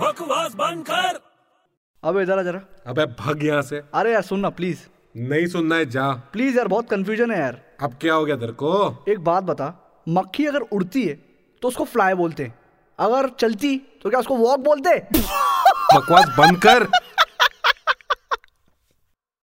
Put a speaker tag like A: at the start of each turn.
A: बकवास बंद कर
B: अबे जरा जरा
C: अबे भाग यहाँ से
B: अरे यार सुन ना प्लीज
C: नहीं सुनना है जा
B: प्लीज यार बहुत कंफ्यूजन है यार
C: अब क्या हो गया तेरे को
B: एक बात बता मक्खी अगर उड़ती है तो उसको फ्लाई बोलते हैं अगर चलती तो क्या उसको वॉक बोलते हैं?
C: बकवास बंद कर